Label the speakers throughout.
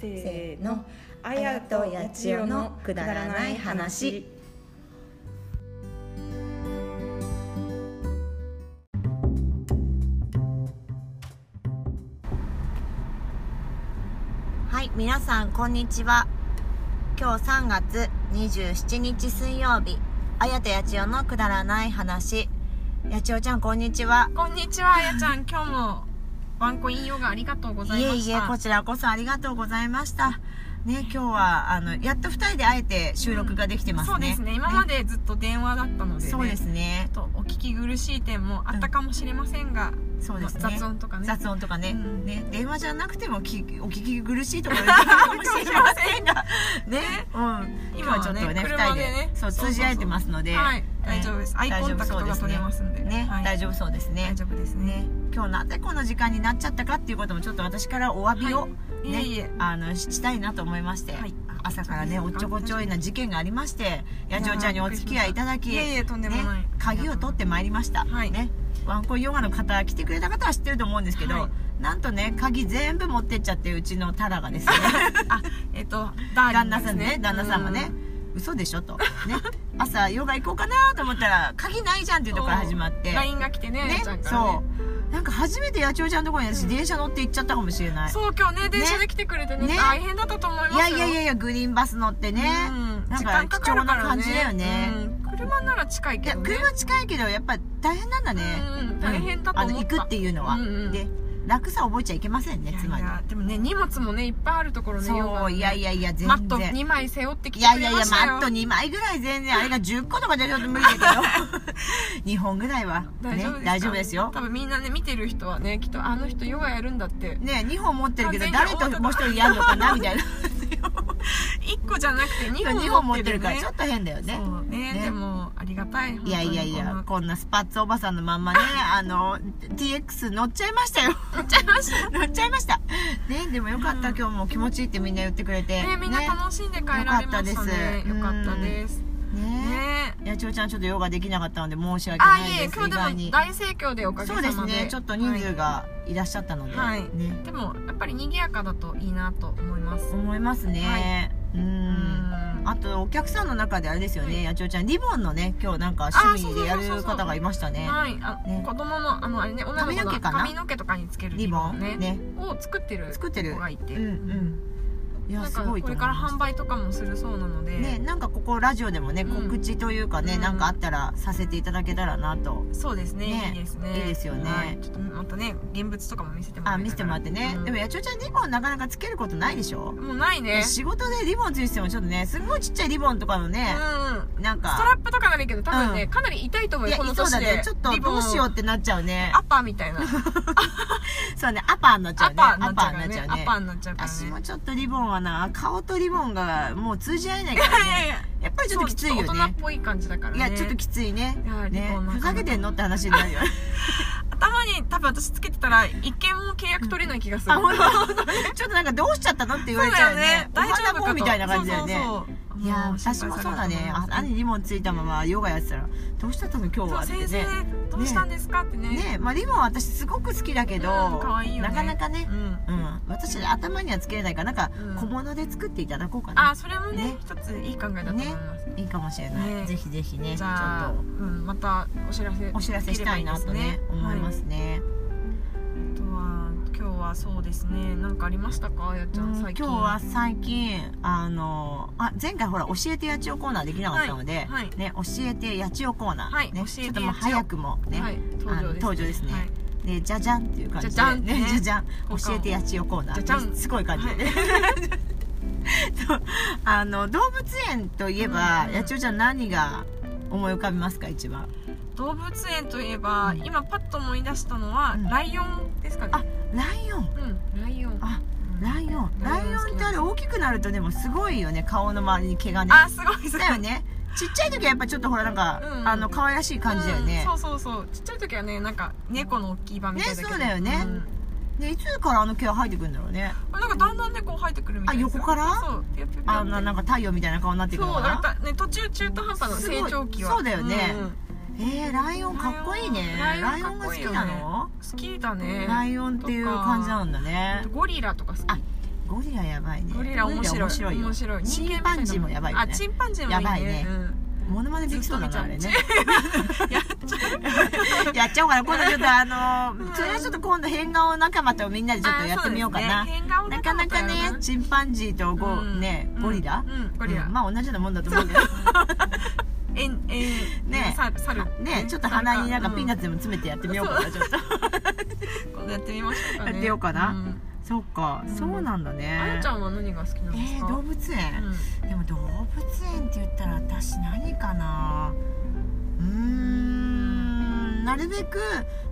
Speaker 1: せ
Speaker 2: せ
Speaker 1: ー
Speaker 2: ーの
Speaker 1: のあやとやちよのくだらない話
Speaker 2: はい皆さんこんにちは今日3月27日水曜日あやとやちよのくだらない話やちよちゃんこんにちは
Speaker 3: こんにちは、あやちゃん。今日もワンコ引用がありがとうござい
Speaker 2: い
Speaker 3: ま
Speaker 2: え
Speaker 3: し
Speaker 2: い
Speaker 3: た。
Speaker 2: えこちらこそありがとうございましたね今日はあのやっと2人で会えて収録ができてますね、
Speaker 3: そうですね。今までずっと電話だったので、ね、
Speaker 2: そうですね
Speaker 3: ちょっとお聞き苦しい点もあったかもしれませんが、
Speaker 2: そうですね
Speaker 3: まあ雑音とかね。
Speaker 2: 雑音とかね,、
Speaker 3: うん
Speaker 2: ね電話じゃなくてもきお聞き苦しいと ころがあるかもしれませんがねうん、今
Speaker 3: 今
Speaker 2: は
Speaker 3: は
Speaker 2: ちょっとね
Speaker 3: ね
Speaker 2: 二
Speaker 3: 車
Speaker 2: 人
Speaker 3: で
Speaker 2: で
Speaker 3: ね
Speaker 2: そう
Speaker 3: そうそうそう
Speaker 2: 通じ合えてますので、
Speaker 3: はい
Speaker 2: ね
Speaker 3: 大丈夫ですアイコンタクトが
Speaker 2: 大丈夫そう
Speaker 3: 取れますんで
Speaker 2: ね
Speaker 3: はい
Speaker 2: 大丈夫そうですね
Speaker 3: 大丈夫ですね。
Speaker 2: ね今日なぜこの時間になっちゃったかっていうこともちょっと私からお詫びを、
Speaker 3: はい
Speaker 2: ね
Speaker 3: いえいえ
Speaker 2: あのしたいなと思いまして、
Speaker 3: はい
Speaker 2: 朝からねおっちょこちょいな事件がありまして八千代ちゃんにお付き合いいただき
Speaker 3: いえいえとんでもない
Speaker 2: ね、鍵を取ってまいりました、
Speaker 3: はい
Speaker 2: ね、ワンコヨガの方来てくれた方は知ってると思うんですけど、
Speaker 3: はい
Speaker 2: なんとね鍵全部持ってっちゃってうちのタラがですね
Speaker 3: あ、えっとダーリ
Speaker 2: 旦
Speaker 3: ン
Speaker 2: 那
Speaker 3: です
Speaker 2: さんね旦那さんがね、嘘でしょと、 ね、朝ヨガ行こうかなと思ったら鍵ないじゃんっていうところから始まって
Speaker 3: うん LINE が来てね、あや
Speaker 2: ね
Speaker 3: ちゃんから
Speaker 2: そ
Speaker 3: ね。
Speaker 2: うなんか初めて八千代ちゃんのところに私電車乗って行っちゃったかもしれない、
Speaker 3: そう今日ね電車で来てくれてね
Speaker 2: ね
Speaker 3: 大変だったと思います
Speaker 2: い
Speaker 3: よ。
Speaker 2: やいやいやいやグリーンバス乗ってね、
Speaker 3: うん
Speaker 2: なん
Speaker 3: 時
Speaker 2: か
Speaker 3: 間かかるからね
Speaker 2: 貴重な感じだよね
Speaker 3: うん車なら近い
Speaker 2: い
Speaker 3: け
Speaker 2: や
Speaker 3: どね。
Speaker 2: 車近いけどやっぱ大変なんだね、
Speaker 3: うんうん大変だと思った
Speaker 2: あの行くっていうのは、
Speaker 3: うんうん
Speaker 2: で楽さ覚えちゃいけませんねつま
Speaker 3: い
Speaker 2: り
Speaker 3: やいやでもね荷物もねいっぱいあるところねヨガ
Speaker 2: そ
Speaker 3: の
Speaker 2: う
Speaker 3: ね
Speaker 2: いやいやいや全然
Speaker 3: マット2枚背負ってき
Speaker 2: い
Speaker 3: て
Speaker 2: や
Speaker 3: く
Speaker 2: い
Speaker 3: れ
Speaker 2: やい
Speaker 3: ま
Speaker 2: や
Speaker 3: し
Speaker 2: マ
Speaker 3: たよ
Speaker 2: ット2枚ぐらい全然あれが10個とかじゃちょっと無理だけど2本ぐらいは、ね、
Speaker 3: 大丈夫ですか
Speaker 2: 大丈夫ですよ
Speaker 3: 多分みんなね見てる人はねきっとあの人ヨガやるんだって
Speaker 2: ね2本持ってるけど
Speaker 3: 完
Speaker 2: 誰
Speaker 3: 全に
Speaker 2: ともう一人やるのかな みたいな
Speaker 3: 1個じゃなくて2
Speaker 2: 2
Speaker 3: 本
Speaker 2: 本
Speaker 3: 持
Speaker 2: 持
Speaker 3: っ
Speaker 2: ってて
Speaker 3: る
Speaker 2: る
Speaker 3: ね
Speaker 2: からちょっと変だよね
Speaker 3: そうね
Speaker 2: ね
Speaker 3: でもありがたい
Speaker 2: いやいやいや
Speaker 3: 本
Speaker 2: こんなスパッツおばさんのま んまねあの TX 乗っちゃいましたよ
Speaker 3: 当にこの乗っちゃいました
Speaker 2: 乗っちゃいましたねでもよかった、今日も気持ちいいってみんな言ってくれて
Speaker 3: ねみんな楽しんで帰られましたね
Speaker 2: よ
Speaker 3: よ
Speaker 2: か
Speaker 3: か
Speaker 2: っ
Speaker 3: ったた
Speaker 2: で
Speaker 3: です
Speaker 2: ねね
Speaker 3: ね
Speaker 2: 野鳥ちゃんちょっとヨガできなかったので申し訳
Speaker 3: あ
Speaker 2: ない
Speaker 3: いえ
Speaker 2: です
Speaker 3: 今
Speaker 2: 意外
Speaker 3: 日でも
Speaker 2: に
Speaker 3: 大盛況でおかげさ
Speaker 2: そう
Speaker 3: まで
Speaker 2: ですねちょっと人数
Speaker 3: は
Speaker 2: がいらっしゃったので、
Speaker 3: はい
Speaker 2: ね
Speaker 3: いでもやっぱり賑やかだといいなと思います
Speaker 2: 思いますね、う
Speaker 3: うんん
Speaker 2: あとお客さんの中であれですよね、
Speaker 3: はい
Speaker 2: 野鳥ちゃんリボンのね今日なんか
Speaker 3: あ
Speaker 2: 趣味でや
Speaker 3: そうそうそう
Speaker 2: る
Speaker 3: そう
Speaker 2: 方がいましたね
Speaker 3: はい、あ
Speaker 2: ね
Speaker 3: 子供のあのあれね女の子の
Speaker 2: 髪の毛かな
Speaker 3: 髪の毛とかにつける
Speaker 2: リ
Speaker 3: リ
Speaker 2: ボ
Speaker 3: ボ
Speaker 2: ン
Speaker 3: ン
Speaker 2: ね
Speaker 3: ねを作ってる
Speaker 2: 作ってる
Speaker 3: 子がいて、
Speaker 2: うんうんいや
Speaker 3: なん
Speaker 2: す
Speaker 3: か
Speaker 2: ごい
Speaker 3: ことれ
Speaker 2: 思い
Speaker 3: から
Speaker 2: ます
Speaker 3: 販売とかもするそうなので、
Speaker 2: ね、なんかここラジオでもね
Speaker 3: うん
Speaker 2: 告知というかね、
Speaker 3: うん
Speaker 2: なんかあったらさせていただけたらなと、
Speaker 3: そうですね
Speaker 2: ね
Speaker 3: いいですね
Speaker 2: いいですよね
Speaker 3: はいちょっとまたね現物とかも見せてもらえ
Speaker 2: あ
Speaker 3: たら
Speaker 2: 見せてもらってね、
Speaker 3: うん
Speaker 2: でも八千代ちゃんリボンなかなかつけることないでしょ、
Speaker 3: もうないね
Speaker 2: 仕事でリボンついててもちょっとねすごいちっちゃいリボンとかの
Speaker 3: う
Speaker 2: ね
Speaker 3: ん、ス
Speaker 2: なん
Speaker 3: トラ
Speaker 2: か
Speaker 3: ップとかならいいけど多分ね、
Speaker 2: う
Speaker 3: かなり痛いと思う
Speaker 2: い
Speaker 3: よ
Speaker 2: や
Speaker 3: この
Speaker 2: そう
Speaker 3: 年
Speaker 2: だ
Speaker 3: で、
Speaker 2: ねちょっとどうしようってなっちゃうね
Speaker 3: アッパーみたい な
Speaker 2: そうだねアッパーになっちゃ
Speaker 3: ア
Speaker 2: う
Speaker 3: ッ
Speaker 2: ね
Speaker 3: パーになっちゃうからねア
Speaker 2: アッ
Speaker 3: ッパ
Speaker 2: パー
Speaker 3: ー
Speaker 2: になっちゃ
Speaker 3: になっちゃう
Speaker 2: うね
Speaker 3: からね
Speaker 2: 私もちょっとリボンはな顔とリボンがもう通じ合えないか
Speaker 3: い
Speaker 2: ら
Speaker 3: やいやい
Speaker 2: ね
Speaker 3: や
Speaker 2: やっぱりちょっときついよ
Speaker 3: そう大人っ
Speaker 2: ね
Speaker 3: ぽい感じだからね
Speaker 2: いやちょっときついね
Speaker 3: いやリ
Speaker 2: ね
Speaker 3: ボンなかなか
Speaker 2: ふざけてんのって話にな るよ
Speaker 3: 頭に多分私つけてたら一件も契約取れない気がする、
Speaker 2: あ本当ちょっとなんかどうしちゃったのって言われちゃうよね
Speaker 3: 大丈夫
Speaker 2: お花
Speaker 3: か
Speaker 2: もみたいな感じだよねいや私
Speaker 3: 私
Speaker 2: もそうだねあ何リボンついたままヨガやってたらどうしちゃったの今日はって
Speaker 3: 先
Speaker 2: ね
Speaker 3: 生どうしたんですかってね
Speaker 2: ねまあリボンは私すごく好きだけど、
Speaker 3: うん可愛いよね
Speaker 2: なかなかね
Speaker 3: う、ん
Speaker 2: うん私頭にはつけれないからなんか
Speaker 3: うん
Speaker 2: 小物で作っていただこうかな
Speaker 3: あ、それもね
Speaker 2: ね
Speaker 3: 一ついい考えだと思います
Speaker 2: いいかもしれない、
Speaker 3: ね
Speaker 2: ぜひぜひね
Speaker 3: じゃあ
Speaker 2: ちょっ
Speaker 3: うんまたお知らせ
Speaker 2: とお知らせしたいなとね
Speaker 3: できれば
Speaker 2: 思いま
Speaker 3: は
Speaker 2: すね、
Speaker 3: あとは今日はそうですねなんかありましたかあやちゃ
Speaker 2: うん
Speaker 3: ん
Speaker 2: 今
Speaker 3: 最
Speaker 2: 日
Speaker 3: 近
Speaker 2: は最近あのあ前回ほら教えて八千代コーナーできなかったので、
Speaker 3: はいはい
Speaker 2: ね教えて八千代コーナー、
Speaker 3: はい
Speaker 2: ね
Speaker 3: 教え
Speaker 2: ち
Speaker 3: て
Speaker 2: ょっともう
Speaker 3: 八千代
Speaker 2: 早くもね、
Speaker 3: はい登場です
Speaker 2: あの登場ですね
Speaker 3: はい
Speaker 2: でじゃじゃんっていう感じで
Speaker 3: じゃじゃんって
Speaker 2: ね
Speaker 3: ね
Speaker 2: じゃじゃん
Speaker 3: 交換
Speaker 2: 教えて八千代コーナー
Speaker 3: じゃじゃん
Speaker 2: すごい感じでね、と あの動物園といえば、
Speaker 3: うん
Speaker 2: 八千代ちゃん何が思い浮かびますか一番
Speaker 3: 動物園といえば
Speaker 2: うん
Speaker 3: 今パッと思い出したのは
Speaker 2: うん
Speaker 3: ライオンですかね
Speaker 2: あライオン
Speaker 3: うんライオン
Speaker 2: あ
Speaker 3: うん
Speaker 2: ライオンライオンってあれ大きくなるとでもすごいよね顔の周りに毛がね
Speaker 3: あすごいすご
Speaker 2: だ
Speaker 3: い
Speaker 2: よねちっちゃい時はやっぱちょっとほらなんか、
Speaker 3: うん
Speaker 2: あの可愛らしい感じだよね、
Speaker 3: うんそうそうそうちっちゃい時はねなんか猫の大きい版みたいだけど
Speaker 2: ねそうだよね
Speaker 3: ん
Speaker 2: でいつからあの毛は生えてくるんだろうね
Speaker 3: あなんかだんだん猫生えてくるみたいですよ
Speaker 2: あ横から
Speaker 3: そうピュピュピュって
Speaker 2: あんななんか太陽みたいな顔になってくるの
Speaker 3: そう
Speaker 2: か
Speaker 3: なん
Speaker 2: な
Speaker 3: かね途中中途半端の
Speaker 2: すごい
Speaker 3: 成長期は
Speaker 2: そうだよね
Speaker 3: んうん
Speaker 2: えー、ライオンかっこいいねラ
Speaker 3: ラ
Speaker 2: イ
Speaker 3: イ
Speaker 2: オ
Speaker 3: オ
Speaker 2: ン
Speaker 3: ン
Speaker 2: が
Speaker 3: かっ
Speaker 2: 好
Speaker 3: こい
Speaker 2: き
Speaker 3: いよね
Speaker 2: なの
Speaker 3: 好きだね
Speaker 2: ライオンっていう感じなんだね
Speaker 3: ゴリラとか好き
Speaker 2: あゴリラやばいね
Speaker 3: ゴリラ面白い
Speaker 2: ゴリラ面白いよ
Speaker 3: 人間み
Speaker 2: チ
Speaker 3: たいな
Speaker 2: ンパンジーもやばいよ
Speaker 3: あ
Speaker 2: ね
Speaker 3: チンパンジーもいいね
Speaker 2: やばいね
Speaker 3: うん
Speaker 2: モノマネできそうだなあれ
Speaker 3: ず
Speaker 2: ね
Speaker 3: っ
Speaker 2: やっちゃおうかな今度ちょっとあのそれはちょっと今度変顔仲間とみんなでちょっとやってみようかな
Speaker 3: あそうですね変顔
Speaker 2: な
Speaker 3: 仲
Speaker 2: か
Speaker 3: 間
Speaker 2: な
Speaker 3: と
Speaker 2: か
Speaker 3: やろう
Speaker 2: ねチンパンジーとゴ,、
Speaker 3: うん
Speaker 2: ね
Speaker 3: うん
Speaker 2: ゴリラ、
Speaker 3: うんゴリラ
Speaker 2: うんまあ同じようなもんだと思うけど
Speaker 3: えんえん
Speaker 2: ね
Speaker 3: さ猿
Speaker 2: ねちょっ
Speaker 3: 猿か
Speaker 2: と鼻になんかピーナッツ
Speaker 3: う
Speaker 2: でも詰めてやってみようかな、ちょっと
Speaker 3: ん今度やってみましょうかね
Speaker 2: やってようかなんそうか、
Speaker 3: うん
Speaker 2: そうなんだね
Speaker 3: あやちゃんは何が好きなんです
Speaker 2: え
Speaker 3: か
Speaker 2: ー、動物園、
Speaker 3: うん
Speaker 2: でも動物園って言ったら私何かなうーんなるべく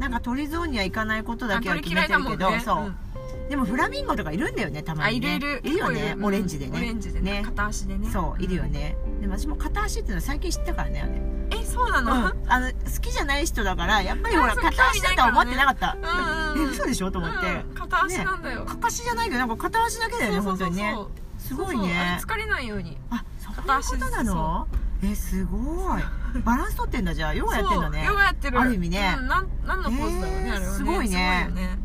Speaker 2: なんか鳥ゾーンには行かないことだけは
Speaker 3: あ
Speaker 2: 決
Speaker 3: 鳥嫌い
Speaker 2: めて
Speaker 3: だ
Speaker 2: る
Speaker 3: も
Speaker 2: け
Speaker 3: ん
Speaker 2: ど、
Speaker 3: ね
Speaker 2: そう、
Speaker 3: ん
Speaker 2: でもフラミンゴとかいるんだよねたま
Speaker 3: あ
Speaker 2: に、
Speaker 3: いる
Speaker 2: ね、
Speaker 3: いる
Speaker 2: いるよね
Speaker 3: うん
Speaker 2: オレンジでね
Speaker 3: オレンジでね片足でね
Speaker 2: そういるよねでも私も片足っていうのは最近知ったからねあれ
Speaker 3: えそうな
Speaker 2: う
Speaker 3: の
Speaker 2: んあの好きじゃない人だからやっぱりほら
Speaker 3: あそう
Speaker 2: 片足だとは思ってなかった、
Speaker 3: うんうんうん
Speaker 2: え嘘でしょと思って、
Speaker 3: うん片足なんだよ
Speaker 2: 片足じゃないけどなんか片足だけだよね本当にねすごい
Speaker 3: そうそうあ
Speaker 2: ね
Speaker 3: れ疲れないように
Speaker 2: あそう
Speaker 3: 片足
Speaker 2: いうことなのえすごいバランス取ってんだじゃあヨガやってんだね
Speaker 3: そうヨガやってる
Speaker 2: ある意味ね
Speaker 3: うんなん何のポーズだろうね
Speaker 2: えー
Speaker 3: あれはね
Speaker 2: すごいね
Speaker 3: すごいよね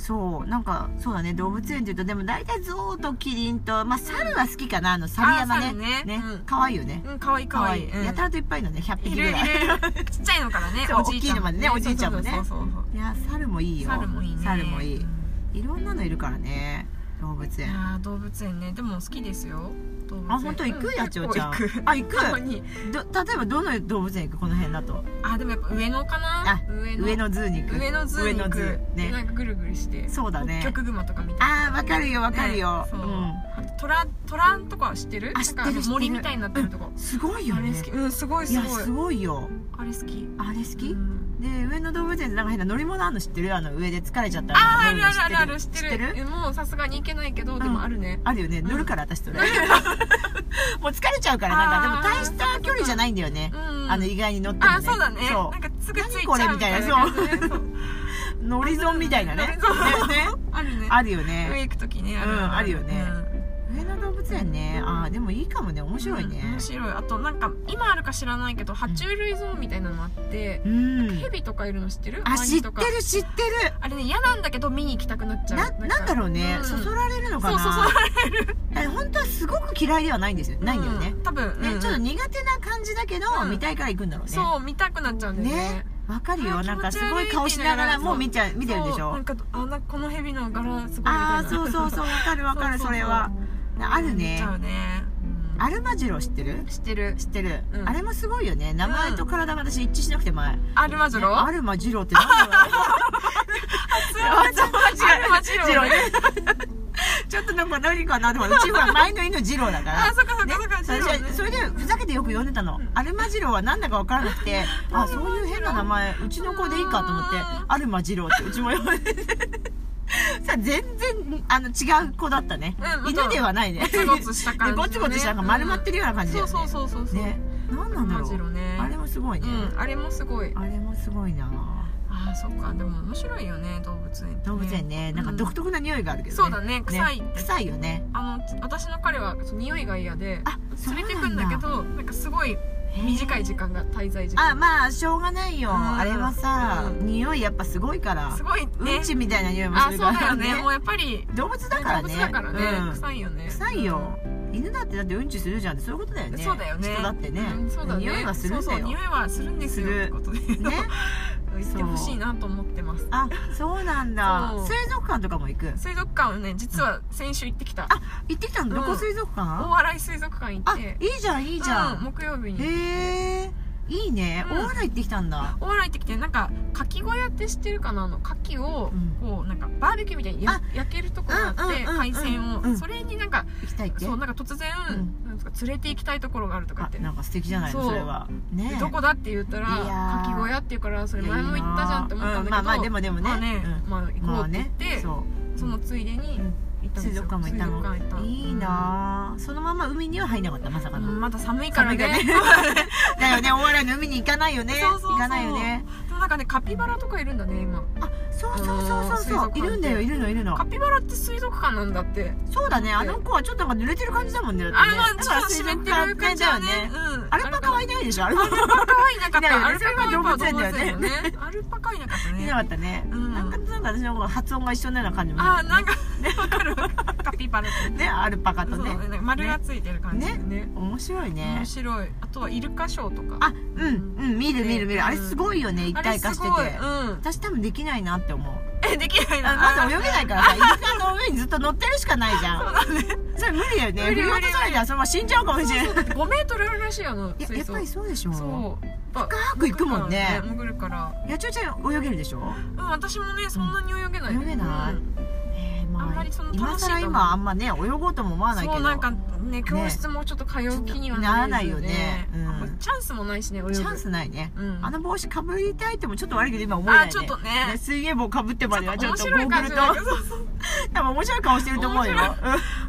Speaker 2: そうなんかそうだね動物園っていうとでも大体ゾウとキリンとまあ猿は好きかなあの猿山
Speaker 3: あ
Speaker 2: ね
Speaker 3: 猿ね
Speaker 2: ね
Speaker 3: うん
Speaker 2: 可愛いよね
Speaker 3: うん可愛い可愛いうん
Speaker 2: やたらといっぱいのね100
Speaker 3: い
Speaker 2: 匹
Speaker 3: る
Speaker 2: ぐ
Speaker 3: いる
Speaker 2: らい
Speaker 3: ちっちゃいのからね
Speaker 2: そう
Speaker 3: おじいちゃんも
Speaker 2: 大きいのまでねおじいちゃんもね
Speaker 3: そうそうそうそう
Speaker 2: いや猿もいいよ
Speaker 3: 猿もいいね
Speaker 2: 猿もいい
Speaker 3: うん
Speaker 2: いろんなのいるからね動物園
Speaker 3: あー動物園ねでも好きですよ動物園
Speaker 2: あ本当行く
Speaker 3: うん
Speaker 2: やちおちゃん
Speaker 3: 結構行く
Speaker 2: あ行く
Speaker 3: たまに
Speaker 2: ど例えばどの動物園行くこの辺だと
Speaker 3: あでもやっぱ上野かな
Speaker 2: あ上野ズーに行く
Speaker 3: 上野ズーに行
Speaker 2: 上
Speaker 3: く
Speaker 2: 野、ズー
Speaker 3: な
Speaker 2: ね
Speaker 3: んかぐるぐるして
Speaker 2: そうだね
Speaker 3: 北極熊とか見た
Speaker 2: あーわかるよわかるよ、
Speaker 3: ねそう
Speaker 2: うん
Speaker 3: 虎虎んとか知ってる
Speaker 2: あ知ってる
Speaker 3: なんか
Speaker 2: 知ってる
Speaker 3: 森みたいになってるとこ、
Speaker 2: すごいよ
Speaker 3: あれ
Speaker 2: ね
Speaker 3: 好きうんすごい
Speaker 2: い
Speaker 3: す
Speaker 2: や
Speaker 3: ごい
Speaker 2: すごいよ
Speaker 3: あれ好き
Speaker 2: あれ好き、
Speaker 3: うん
Speaker 2: で上野動物園でなんか変な乗り物あるの知ってるあの上で疲れちゃったら
Speaker 3: あーあ
Speaker 2: 乗
Speaker 3: る
Speaker 2: の
Speaker 3: あるあるある知ってる
Speaker 2: 知ってる
Speaker 3: もうさすがに行けないけど、でもあるね
Speaker 2: あるよね乗るから私それも う疲れちゃうから
Speaker 3: あー
Speaker 2: なんかでも大した距離じゃないんだよね
Speaker 3: う、ん
Speaker 2: あの意外に乗ってもね
Speaker 3: あそうだね
Speaker 2: そ
Speaker 3: なんかすぐついちゃう
Speaker 2: 何これみたいな
Speaker 3: 感じねそう
Speaker 2: う乗り損みたいなねね
Speaker 3: そう
Speaker 2: ね
Speaker 3: あるね
Speaker 2: あるよ
Speaker 3: 上
Speaker 2: ね
Speaker 3: 行く時ね
Speaker 2: うんあるよね
Speaker 3: うん
Speaker 2: 上野動物園ねあーでもいいかもね面白いね
Speaker 3: うん面白いあとなんか今あるか知らないけど爬虫類ゾーンみたいなのもあって、
Speaker 2: うん、
Speaker 3: ヘビとかいるの知ってる
Speaker 2: あ
Speaker 3: ワ
Speaker 2: 知
Speaker 3: ニ
Speaker 2: って
Speaker 3: と
Speaker 2: る
Speaker 3: か
Speaker 2: 知ってる
Speaker 3: あれね嫌なんだけど見に行きたくなっちゃう
Speaker 2: ななんだろうね、
Speaker 3: うん
Speaker 2: そそられるのか
Speaker 3: そう
Speaker 2: な
Speaker 3: そうそう
Speaker 2: え本当はすごく嫌いではないんですよないんだよね
Speaker 3: う、多分
Speaker 2: ね
Speaker 3: うん
Speaker 2: ちょっと苦手な感じだけど、
Speaker 3: うん
Speaker 2: 見たいから行くんだろうね
Speaker 3: そう見たくなっちゃうんだよね
Speaker 2: ねわかるよ
Speaker 3: あー
Speaker 2: なんか
Speaker 3: 気
Speaker 2: す
Speaker 3: 持ち悪い
Speaker 2: ごい顔しながら
Speaker 3: って言いながら
Speaker 2: もう見ちゃう見てるんでし
Speaker 3: そう
Speaker 2: ょ
Speaker 3: なんかあなんかこのヘビの柄すごいみたいな
Speaker 2: ああそうそうそうわかるわかる
Speaker 3: ううう
Speaker 2: それはある
Speaker 3: 見ち
Speaker 2: ね
Speaker 3: ゃうね、うん
Speaker 2: アルマジロ知ってる
Speaker 3: 知ってる
Speaker 2: 知ってる、
Speaker 3: うん
Speaker 2: あれもすごいよね名前と体が私一致しなくて前、
Speaker 3: アルマジロ
Speaker 2: アルマジロってなんだろうね
Speaker 3: アルマジロ
Speaker 2: ジロね
Speaker 3: ね
Speaker 2: ちょっとなんか何かなでもうちは前の犬ジロだから
Speaker 3: あそっかそっかそっかジロ
Speaker 2: 私
Speaker 3: ね
Speaker 2: はそれでふざけてよく呼んでたの、アルマジロはなんだか分からなくてあそういう変な名前うちの子でいいかと思って
Speaker 3: うん
Speaker 2: アルマジロってうちも呼んでて さ全然あの違う子だったね、
Speaker 3: うん
Speaker 2: 犬ではないね
Speaker 3: ゴツゴツした 感じのね
Speaker 2: ゴツゴツしたなんか丸まってるような感じだ
Speaker 3: そ
Speaker 2: よ
Speaker 3: う
Speaker 2: ね、
Speaker 3: そうそうそうそう
Speaker 2: ね何
Speaker 3: ア
Speaker 2: な
Speaker 3: ル
Speaker 2: んだ
Speaker 3: マ
Speaker 2: ろ
Speaker 3: ジロ
Speaker 2: う、
Speaker 3: ね
Speaker 2: あれもすごいね、
Speaker 3: うんあれもすごい
Speaker 2: あれもすごいな
Speaker 3: あーそっかでも面白いよね動物園ってね
Speaker 2: 動物園ねなんか独特な匂いがあるけど、ね
Speaker 3: そうだね臭い
Speaker 2: 臭いよね
Speaker 3: あの私の彼はそう匂いが嫌で
Speaker 2: あそうな
Speaker 3: 連
Speaker 2: ん
Speaker 3: れ
Speaker 2: だ
Speaker 3: てくんだけどなんかすごい短い時間が滞在時間
Speaker 2: あまあしょうがないよ、
Speaker 3: うん
Speaker 2: あれはさ、
Speaker 3: う
Speaker 2: 匂いやっぱすごいから
Speaker 3: すごいね
Speaker 2: うんちみたいな匂いも
Speaker 3: あ
Speaker 2: す
Speaker 3: そ
Speaker 2: る
Speaker 3: う
Speaker 2: から
Speaker 3: だよねもうやっぱり
Speaker 2: 動物だからね
Speaker 3: 動物だからね、
Speaker 2: うん
Speaker 3: 臭いよね
Speaker 2: 臭いよ、犬だってだってうんちするじゃんってそういうことだよ
Speaker 3: うん
Speaker 2: ね
Speaker 3: そうだよね
Speaker 2: 人だってね,、
Speaker 3: うんそうだね
Speaker 2: 匂いはするんだよ
Speaker 3: そうそう匂いはするんですよ
Speaker 2: する
Speaker 3: ってことで
Speaker 2: ね
Speaker 3: 言ってほしいなと思ってます
Speaker 2: あそうなんだ
Speaker 3: そう
Speaker 2: 水族館とかも行く
Speaker 3: 水族館をね実は先週行ってきた
Speaker 2: あ行ってきたのどこ水族館、
Speaker 3: 大洗水族館行っ
Speaker 2: あ
Speaker 3: て
Speaker 2: いいじゃんいいじゃ
Speaker 3: うん
Speaker 2: ん、
Speaker 3: 木曜日に
Speaker 2: へえいいね、
Speaker 3: うん
Speaker 2: 大洗行ってきたんだ
Speaker 3: 大洗行ってきてなんかかき小屋って知ってるかなあのかきを
Speaker 2: うん
Speaker 3: こうなんかバーベキューみたいにや焼けるとこがあって
Speaker 2: うんうんうんうん
Speaker 3: 海鮮
Speaker 2: う
Speaker 3: を
Speaker 2: ん
Speaker 3: それになんか
Speaker 2: 行きたいって
Speaker 3: そうなんか突然
Speaker 2: うん
Speaker 3: なんですか連れて行きたいところがあるとかっ
Speaker 2: あ
Speaker 3: て
Speaker 2: なんか素敵じゃないの
Speaker 3: そう
Speaker 2: それはね
Speaker 3: でどこだって言ったら
Speaker 2: いやー
Speaker 3: かき小屋っていうからそれ前も言ったじゃんって思ったんだけど
Speaker 2: うまあまあでもでもね,、
Speaker 3: まあねまあ
Speaker 2: うん
Speaker 3: 行
Speaker 2: ま
Speaker 3: こう
Speaker 2: あ
Speaker 3: って言っ
Speaker 2: ね
Speaker 3: て
Speaker 2: そ
Speaker 3: そのついでに
Speaker 2: うん
Speaker 3: 行ったんですよ
Speaker 2: 水族館も行ったの
Speaker 3: 水族館行った
Speaker 2: いいなあそのまま海には入んなかったまさか
Speaker 3: う
Speaker 2: の、
Speaker 3: んまだ寒いからね
Speaker 2: 寒いだよね大洗の海に行かないよね
Speaker 3: そうそうそう
Speaker 2: 行かないよね
Speaker 3: でもなんかねカピバラとかいるんだね今
Speaker 2: あそうそうそうそう
Speaker 3: うん水族
Speaker 2: そう
Speaker 3: 館って
Speaker 2: いるんだよいるのいるの
Speaker 3: カピバラって水族館なんだって
Speaker 2: そうだねあの子はちょっとなんか濡れてる感じだもんねだってね
Speaker 3: あのちょっと湿ってる感じはね
Speaker 2: だよ
Speaker 3: うん
Speaker 2: アルパカはいないでしょアルパカ
Speaker 3: アルパカはいなかっ
Speaker 2: いない
Speaker 3: た
Speaker 2: よね
Speaker 3: アルパカはいなかった
Speaker 2: それは動物園だよね
Speaker 3: アルパカはいなかった
Speaker 2: いなか
Speaker 3: ね
Speaker 2: ったね、
Speaker 3: うん
Speaker 2: なんかなんか私の発音が一緒のような感じもす る
Speaker 3: あーなんかわかるわかるピパレット
Speaker 2: ねアルパカ
Speaker 3: そ
Speaker 2: と
Speaker 3: う
Speaker 2: ね
Speaker 3: なんか丸がついてる感じだよね
Speaker 2: 面白いね
Speaker 3: 面白いあとはイルカショーとか
Speaker 2: あうんうん見る見る見
Speaker 3: う
Speaker 2: る
Speaker 3: ん
Speaker 2: あれすごいよね一
Speaker 3: あ
Speaker 2: 体
Speaker 3: れ
Speaker 2: 化し
Speaker 3: す
Speaker 2: てて
Speaker 3: ごいうん
Speaker 2: 私多分できないなって思う
Speaker 3: えできない
Speaker 2: あ
Speaker 3: な
Speaker 2: まず泳げないからさイル カの上にずっと乗ってるしかないじゃんそれ無理だよね
Speaker 3: 無
Speaker 2: 振
Speaker 3: 理
Speaker 2: り
Speaker 3: 無理
Speaker 2: 落とされたらそのまま死んじゃうかもしれない
Speaker 3: そうそうだって5メートルあるらしいよあの
Speaker 2: いやや
Speaker 3: 水
Speaker 2: っ
Speaker 3: 槽
Speaker 2: ぱりそうでしょ
Speaker 3: そう
Speaker 2: 深く行くもんね
Speaker 3: 潜るから
Speaker 2: 野鳥ちゃん泳げるでしょ
Speaker 3: うん私もねそんなに泳げない
Speaker 2: 泳げない
Speaker 3: うん
Speaker 2: えーまあ
Speaker 3: あんまりその楽しい
Speaker 2: 今更
Speaker 3: と思う
Speaker 2: 今あんまね泳ごうとも思わないけど
Speaker 3: そうなんかね教室もちょっと通う気にはれず
Speaker 2: ちょっとならないよねうん
Speaker 3: チャンスもないしね泳ぐ
Speaker 2: チャンスないね
Speaker 3: うん
Speaker 2: あの帽子かぶりたいってもちょっと悪いけど今思えない
Speaker 3: あ
Speaker 2: ね
Speaker 3: ちょっとね
Speaker 2: ね水泳帽かぶってまではち
Speaker 3: ち
Speaker 2: ょ
Speaker 3: ょ
Speaker 2: っ
Speaker 3: っ
Speaker 2: と
Speaker 3: と
Speaker 2: ゴ
Speaker 3: 面白
Speaker 2: ー
Speaker 3: い
Speaker 2: グ
Speaker 3: 感
Speaker 2: ル
Speaker 3: じ
Speaker 2: と
Speaker 3: だね
Speaker 2: 多分面白い顔してると思うよ
Speaker 3: 面白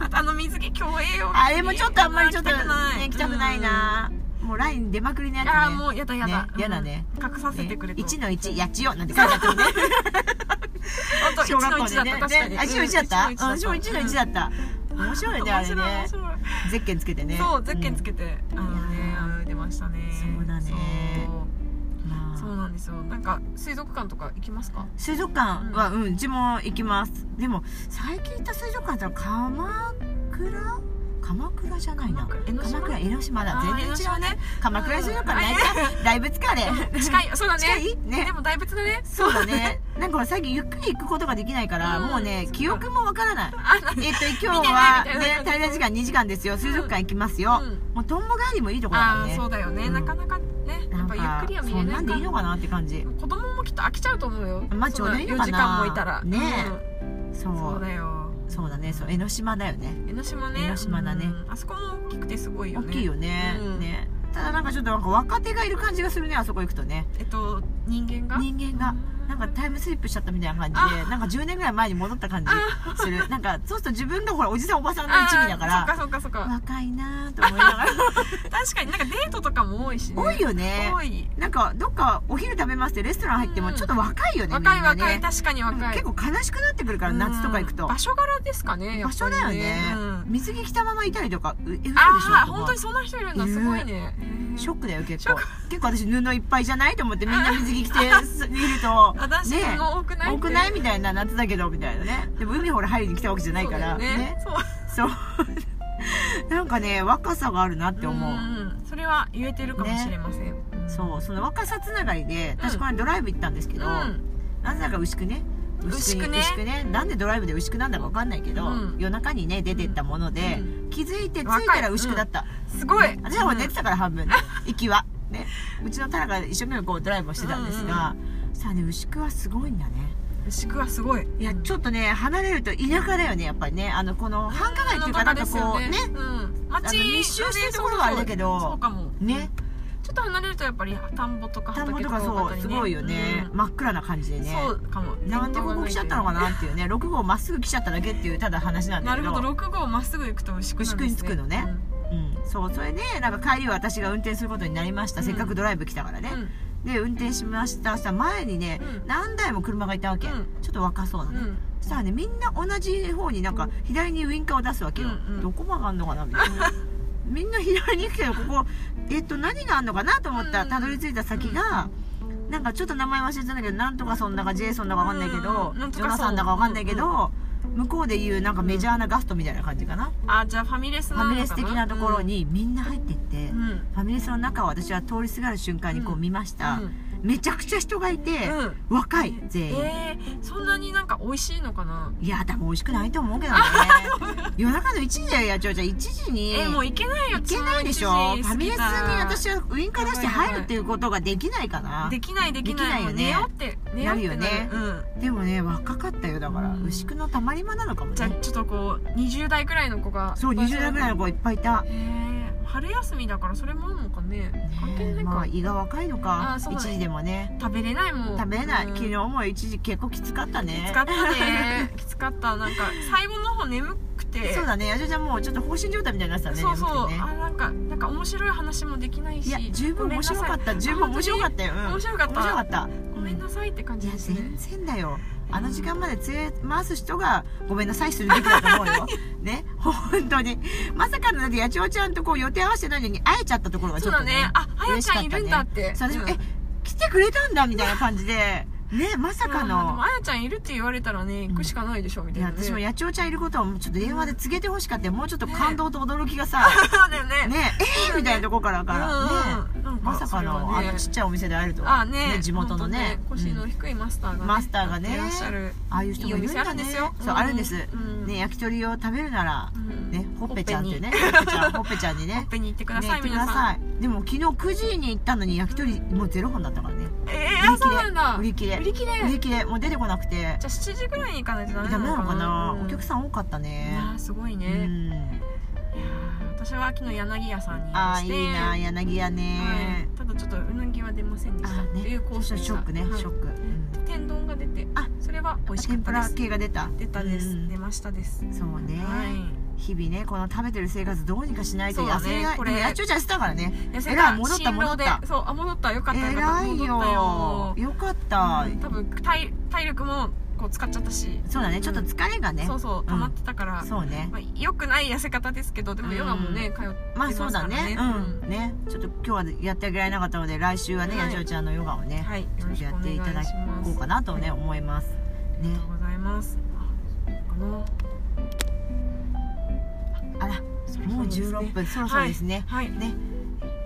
Speaker 3: あとあの水着競泳を
Speaker 2: あれもちょっとあんまりちょっとね
Speaker 3: 行
Speaker 2: 行
Speaker 3: き
Speaker 2: き
Speaker 3: た
Speaker 2: た
Speaker 3: く
Speaker 2: く
Speaker 3: な
Speaker 2: ないいなもうライン出まくりのやつね
Speaker 3: ああもうやだやだ
Speaker 2: ねやだね
Speaker 3: うん隠させてくれと
Speaker 2: 1の1八千代なんて書いてあったもんね
Speaker 3: 本当
Speaker 2: 小
Speaker 3: 1
Speaker 2: 学
Speaker 3: の
Speaker 2: 校
Speaker 3: 1
Speaker 2: で
Speaker 3: だった
Speaker 2: ね
Speaker 3: 確か
Speaker 2: ね
Speaker 3: に
Speaker 2: あ1の1だった
Speaker 3: うん
Speaker 2: 私も1の1だった面白いよねあ
Speaker 3: 面
Speaker 2: れ
Speaker 3: 白い面
Speaker 2: ね
Speaker 3: 白い
Speaker 2: ゼッケンつけてね
Speaker 3: そうゼッケンつ
Speaker 2: け
Speaker 3: けて、あのねあ出ましたね
Speaker 2: そうだね
Speaker 3: そうそうなんですよなんか水族館とか行きますか
Speaker 2: 水族館はうんうちも行きますでも最近行った水族館ってのは鎌倉鎌倉じゃないな
Speaker 3: 鎌倉江ノ島
Speaker 2: 鎌倉江ノ島だ
Speaker 3: あー
Speaker 2: 全然違う
Speaker 3: 江ノ島
Speaker 2: ね
Speaker 3: ね
Speaker 2: 鎌倉水族館ね
Speaker 3: う
Speaker 2: だいぶ疲れ
Speaker 3: うん近いそうだね
Speaker 2: 近いね
Speaker 3: でも大仏だね
Speaker 2: そうだね。なんか最近ゆっくり行くことができないから、
Speaker 3: うん
Speaker 2: もう
Speaker 3: そ
Speaker 2: ね
Speaker 3: っ、か
Speaker 2: 記憶もわからない。
Speaker 3: あな
Speaker 2: えっと、今日は、
Speaker 3: 見てない
Speaker 2: ね
Speaker 3: みたいな、
Speaker 2: 滞在時間2時間ですよ。水族館行きますよ。
Speaker 3: うん
Speaker 2: もう、トンボ帰りもいいところだ
Speaker 3: あー
Speaker 2: ね。
Speaker 3: そうだよね、
Speaker 2: うん
Speaker 3: なかなかねやっぱゆっくりは見
Speaker 2: そ
Speaker 3: れ
Speaker 2: ん
Speaker 3: な
Speaker 2: ないんでいいのかなって感じ。
Speaker 3: 子供もきっと飽きちゃうと思うよ
Speaker 2: まあちょうどいいの
Speaker 3: 4
Speaker 2: かな
Speaker 3: 時間もいたら
Speaker 2: ね
Speaker 3: う
Speaker 2: そ
Speaker 3: んそう
Speaker 2: う。
Speaker 3: だよ
Speaker 2: そうだね。そう、江ノ島だよね。
Speaker 3: 江ノ島ね
Speaker 2: 江ノ島だね
Speaker 3: うんあそこも大きくてすごいよ
Speaker 2: 大
Speaker 3: ね
Speaker 2: きいよね
Speaker 3: う。ん
Speaker 2: ね。ただなんかちょっとなんか若手がいる感じがするね、あそこ行くとね。
Speaker 3: えっと人間が
Speaker 2: 人間が。なんかタイムスリップしちゃったみたいな感じで、なんか10年ぐらい前に戻った感じする。なんか、そうすると自分がほら、おじさんおばさんの一味だか
Speaker 3: あー
Speaker 2: ら、
Speaker 3: そっかそっかそっか
Speaker 2: 若いなぁと思いながら。
Speaker 3: 確かになんかデートとかも多いし、ね、
Speaker 2: 多いよね
Speaker 3: 多い
Speaker 2: なんかどっかお昼食べますってレストラン入っても
Speaker 3: うん
Speaker 2: ちょっと若いよね、みん
Speaker 3: 若い
Speaker 2: な
Speaker 3: 若い
Speaker 2: ね
Speaker 3: 確かに若い
Speaker 2: 結構悲しくなってくるから夏とか行く
Speaker 3: う
Speaker 2: と
Speaker 3: ん場所柄ですかねや
Speaker 2: 場
Speaker 3: っぱ
Speaker 2: 所
Speaker 3: り
Speaker 2: だよね
Speaker 3: うん
Speaker 2: 水着着たままいたりとかうえ嘘でしょ
Speaker 3: ああ
Speaker 2: とか
Speaker 3: 本当にそんな人いるんだ
Speaker 2: いる
Speaker 3: すごいね
Speaker 2: ショックだよ結
Speaker 3: ショ
Speaker 2: 構
Speaker 3: ック
Speaker 2: 結構私布いっぱいじゃないと思ってみんな水着着 ていると
Speaker 3: 私
Speaker 2: ね
Speaker 3: の多くない
Speaker 2: 多くない
Speaker 3: って
Speaker 2: みたいな夏だけどみたいなねでも海ほら入りに来たわけじゃないから
Speaker 3: そうだよねそう
Speaker 2: そう なんかね若さがあるなって思う、
Speaker 3: んそれは言えてるかもしれません、
Speaker 2: そうその若さつながりで私この間ドライブ行ったんですけ
Speaker 3: う
Speaker 2: ど、
Speaker 3: ん
Speaker 2: なぜだか牛久ね
Speaker 3: 牛久ね
Speaker 2: 牛久ねなんでドライブで牛久なんだか分かんないけど、
Speaker 3: うん
Speaker 2: 夜中にね出てったもので、
Speaker 3: う
Speaker 2: 気づいて着い
Speaker 3: 若い
Speaker 2: たら牛久だった、
Speaker 3: すごい
Speaker 2: 私はもう寝てたから半分ね行きはねうちのタラが一生懸命こうドライブをしてたんですが、さあね牛久はすごいんだね
Speaker 3: 牛久はすごい
Speaker 2: いやち
Speaker 3: ょっ
Speaker 2: ょっとね離れると田舎だよねやっぱりねあのこの繁華街っていうかなんかこうね
Speaker 3: うん、
Speaker 2: あ
Speaker 3: 街
Speaker 2: の密集してるところはあれだけど
Speaker 3: そうかも
Speaker 2: ね
Speaker 3: ちょっと離れるとやっぱり田んぼとか
Speaker 2: 田んぼ
Speaker 3: 畑
Speaker 2: と
Speaker 3: と
Speaker 2: か
Speaker 3: か
Speaker 2: そう、すごいよね、
Speaker 3: うん
Speaker 2: 真っ暗な感じでね
Speaker 3: そうかも
Speaker 2: なんでここ来ちゃったのかなっていうね6号まっすぐ来ちゃっただけっていうただ話なんだ
Speaker 3: な
Speaker 2: け
Speaker 3: る
Speaker 2: ど
Speaker 3: ほど6号まっすぐ行くと牛久なんです、ね、
Speaker 2: 牛久に着くのねうん、そうそれでなんか帰りは私が運転することになりました、
Speaker 3: うん
Speaker 2: せっかくドライブ来たからね
Speaker 3: うん、、
Speaker 2: で運転しましたしたら前にね、
Speaker 3: うん
Speaker 2: 何台も車がいたわけ、
Speaker 3: うん
Speaker 2: ちょっと若そうな
Speaker 3: うん
Speaker 2: ね、そしたらねみんな同じ方になんか左にウインカーを出すわけよ、
Speaker 3: うんうん
Speaker 2: どこ曲がんのかなみたい なみんな左に行くけどここえっと何があんのかなと思ったら
Speaker 3: うん
Speaker 2: たどり着いた先が、なんかちょっと名前忘れてたんだけどなんとかそんだかジェイソンだかわかんないけど、
Speaker 3: うんなんと
Speaker 2: ジ
Speaker 3: か
Speaker 2: ョ
Speaker 3: ソン
Speaker 2: ナサンだかわかんないけど、向こうでいうなんかメジャーなガストみたいな感じかな、
Speaker 3: あじゃあファミレスな
Speaker 2: ファ
Speaker 3: のかな
Speaker 2: ミレス的なところ、にみんな入ってって、
Speaker 3: うんうん
Speaker 2: ファミレスの中を私は通りすがる瞬間にこう見ました、めちゃくちゃ人がいて、
Speaker 3: うん
Speaker 2: 若い全員、
Speaker 3: えー、そんなになんか美味しいのかない
Speaker 2: や多分美味しくないと思うけ どね夜中の1時だよやちょうちゃん1時に
Speaker 3: えー、もう
Speaker 2: い
Speaker 3: 行けないよ
Speaker 2: けないでしょフ
Speaker 3: 11時過
Speaker 2: ァミ
Speaker 3: ぎ
Speaker 2: レスに
Speaker 3: たら
Speaker 2: 私はウインカー出して入るっていうことができないかな
Speaker 3: できないできない
Speaker 2: できない
Speaker 3: も
Speaker 2: よね
Speaker 3: う寝ようって寝ようって
Speaker 2: なるよね
Speaker 3: うん
Speaker 2: でもね若かったよだから、
Speaker 3: うん
Speaker 2: 牛久のたまり場なのかも
Speaker 3: じゃあ
Speaker 2: ね
Speaker 3: ちょっとこう20代くらいの子が
Speaker 2: そう20代ぐらいの子いっぱいいた
Speaker 3: へえ春休みだからそれもあるのかね関係
Speaker 2: ね
Speaker 3: な
Speaker 2: え
Speaker 3: いか、
Speaker 2: まあ胃が若いのか
Speaker 3: あそう
Speaker 2: 1
Speaker 3: だね
Speaker 2: 時でもね
Speaker 3: 食べれないもん
Speaker 2: 食べれない、
Speaker 3: うん
Speaker 2: 昨日も一時結構きつかったね
Speaker 3: きつかった ねきつかったなんか最後の方眠くて
Speaker 2: そうだね、やじょちゃんもうちょっと放心状態みたいになってたね。
Speaker 3: そうそう
Speaker 2: 眠くてね
Speaker 3: あなんかなんか面白い話もできないし
Speaker 2: いや、十分面白かった、十分面白かったよ。うん
Speaker 3: 面白かった
Speaker 2: 面白かった。
Speaker 3: ごめんなさいごめんなさいって感
Speaker 2: い
Speaker 3: じ
Speaker 2: や、
Speaker 3: ですね
Speaker 2: 全然だよ。あの時間まで連れ回す人が、ごめんなさいするべきだと思 うよ。ね、本当に。まさかの、だって、やちおちゃんとこう予定合わせてないのに会えちゃったところがち
Speaker 3: そ
Speaker 2: ょ
Speaker 3: う
Speaker 2: っ
Speaker 3: だ
Speaker 2: とね
Speaker 3: ね。あはや
Speaker 2: 嬉し
Speaker 3: ち
Speaker 2: か
Speaker 3: ゃ
Speaker 2: っ
Speaker 3: ん
Speaker 2: た
Speaker 3: いるん
Speaker 2: ね
Speaker 3: だって
Speaker 2: そう私も、
Speaker 3: うん
Speaker 2: え、来てくれたんだみたいな感じで、ねまさ
Speaker 3: ま
Speaker 2: か
Speaker 3: あでも
Speaker 2: の
Speaker 3: あやちゃんいるって言われたらね行くしかないでしょみ
Speaker 2: い
Speaker 3: たい
Speaker 2: や
Speaker 3: な、ね、
Speaker 2: 私も
Speaker 3: や
Speaker 2: 野鳥ちゃんいることはもうちょっと電話で告げてほしかったよもうちょっと感動と驚きがさ
Speaker 3: そうだよね
Speaker 2: ねえーみたいなとこからからね
Speaker 3: うんうんなんか
Speaker 2: まさかの
Speaker 3: そ
Speaker 2: あ
Speaker 3: れはね
Speaker 2: のちっちゃいお店で会えると
Speaker 3: あ
Speaker 2: は
Speaker 3: あね
Speaker 2: ね地元のね
Speaker 3: 本当腰の
Speaker 2: うん
Speaker 3: 低いマスターが、ね
Speaker 2: マスターがね
Speaker 3: やっていらっしゃる
Speaker 2: ああいう人
Speaker 3: いい
Speaker 2: も
Speaker 3: お
Speaker 2: いるん
Speaker 3: 店ある
Speaker 2: だ
Speaker 3: ん
Speaker 2: ね
Speaker 3: ですよ
Speaker 2: そうあるんです
Speaker 3: うん
Speaker 2: ね焼き鳥を食べるなら
Speaker 3: うん
Speaker 2: ねほっぺちゃんってねほっぺちゃんほっぺちゃんに
Speaker 3: ほ
Speaker 2: ね
Speaker 3: っぺに行ってく
Speaker 2: ね
Speaker 3: ださい、
Speaker 2: 行ってく
Speaker 3: 皆さ
Speaker 2: だ
Speaker 3: ん
Speaker 2: さいでも昨日9時に行ったのに焼き鳥もうゼロ本だったからね
Speaker 3: え
Speaker 2: 売
Speaker 3: ー、
Speaker 2: り
Speaker 3: あそうなんだ
Speaker 2: 売り切れ
Speaker 3: 売り切れ
Speaker 2: 売り切れもう出てこなくて
Speaker 3: じゃあ7時ぐらいに行かないとダメ
Speaker 2: ダ
Speaker 3: な
Speaker 2: メ
Speaker 3: の
Speaker 2: な
Speaker 3: かな
Speaker 2: のかなお客
Speaker 3: さ
Speaker 2: さん多かったね
Speaker 3: すごいうね、
Speaker 2: ん
Speaker 3: いやー私は昨日柳屋さんに行
Speaker 2: あ
Speaker 3: し
Speaker 2: ー
Speaker 3: て
Speaker 2: いいな柳屋
Speaker 3: は
Speaker 2: ね
Speaker 3: い、ただちょっとうなぎは出ませんでした
Speaker 2: あ
Speaker 3: っ
Speaker 2: ー
Speaker 3: てい
Speaker 2: ね
Speaker 3: う
Speaker 2: ちょ
Speaker 3: 交
Speaker 2: っと
Speaker 3: 渉
Speaker 2: ショックねショックうん
Speaker 3: 天丼が出て
Speaker 2: あ
Speaker 3: それは美味しか
Speaker 2: 天ぷ
Speaker 3: った
Speaker 2: ら
Speaker 3: です
Speaker 2: 系が出た
Speaker 3: 出たです、
Speaker 2: うん
Speaker 3: 出ましたです、
Speaker 2: そうね、
Speaker 3: はい
Speaker 2: 日々ねこの食べてる生活どうにかしないと
Speaker 3: そうだ
Speaker 2: 痩
Speaker 3: ね
Speaker 2: せない、
Speaker 3: こ
Speaker 2: こ
Speaker 3: れ
Speaker 2: れやっちょうちゃんしてたからね
Speaker 3: 痩せ
Speaker 2: えら
Speaker 3: た
Speaker 2: い戻った
Speaker 3: 新郎で
Speaker 2: 戻った
Speaker 3: そうあ戻ったよかったよかった
Speaker 2: 偉い
Speaker 3: 戻った
Speaker 2: よ
Speaker 3: よ
Speaker 2: よかった、
Speaker 3: うん多分体体力もこう使っちゃったし、
Speaker 2: そうだねちょっと疲れがね、
Speaker 3: そうそう溜まってたから、
Speaker 2: そうね
Speaker 3: まあ、よくない痩せ方ですけどでもヨガもね、通って
Speaker 2: まあ
Speaker 3: す
Speaker 2: そうだね
Speaker 3: からね
Speaker 2: うんねちょっと今日はやってあげられなかったので来週はね、
Speaker 3: はい
Speaker 2: やちょうちゃんのヨガをね、
Speaker 3: はいよ
Speaker 2: ちょ
Speaker 3: ろ
Speaker 2: っ
Speaker 3: し
Speaker 2: と
Speaker 3: くお
Speaker 2: やっ
Speaker 3: 願
Speaker 2: て
Speaker 3: い
Speaker 2: い
Speaker 3: した
Speaker 2: だ
Speaker 3: ます
Speaker 2: こうかなとね思います
Speaker 3: あり
Speaker 2: ね
Speaker 3: がとうございますあの
Speaker 2: あら
Speaker 3: そろそ
Speaker 2: もう
Speaker 3: ろですね
Speaker 2: 16分そろそろですね、
Speaker 3: はい
Speaker 2: ね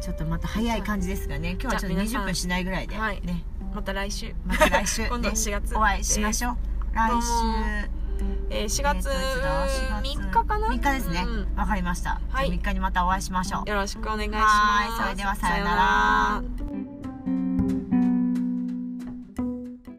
Speaker 2: ちょっとまた早い感じですがね今日はちょっと
Speaker 3: じゃあ皆
Speaker 2: 20分
Speaker 3: さ
Speaker 2: しないぐらいで、
Speaker 3: はい
Speaker 2: ね
Speaker 3: また来週
Speaker 2: また来週
Speaker 3: 今度
Speaker 2: ね
Speaker 3: 4月
Speaker 2: お会いしましょう来
Speaker 3: どうも
Speaker 2: 週
Speaker 3: えー、4月3日かな
Speaker 2: 3日ですね
Speaker 3: うん
Speaker 2: わ、かりました、
Speaker 3: はい
Speaker 2: じゃあ3日にまたお会いしましょう
Speaker 3: よろしくお願いし
Speaker 2: は
Speaker 3: ま
Speaker 2: ーい
Speaker 3: す
Speaker 2: それではさようなら
Speaker 3: うなら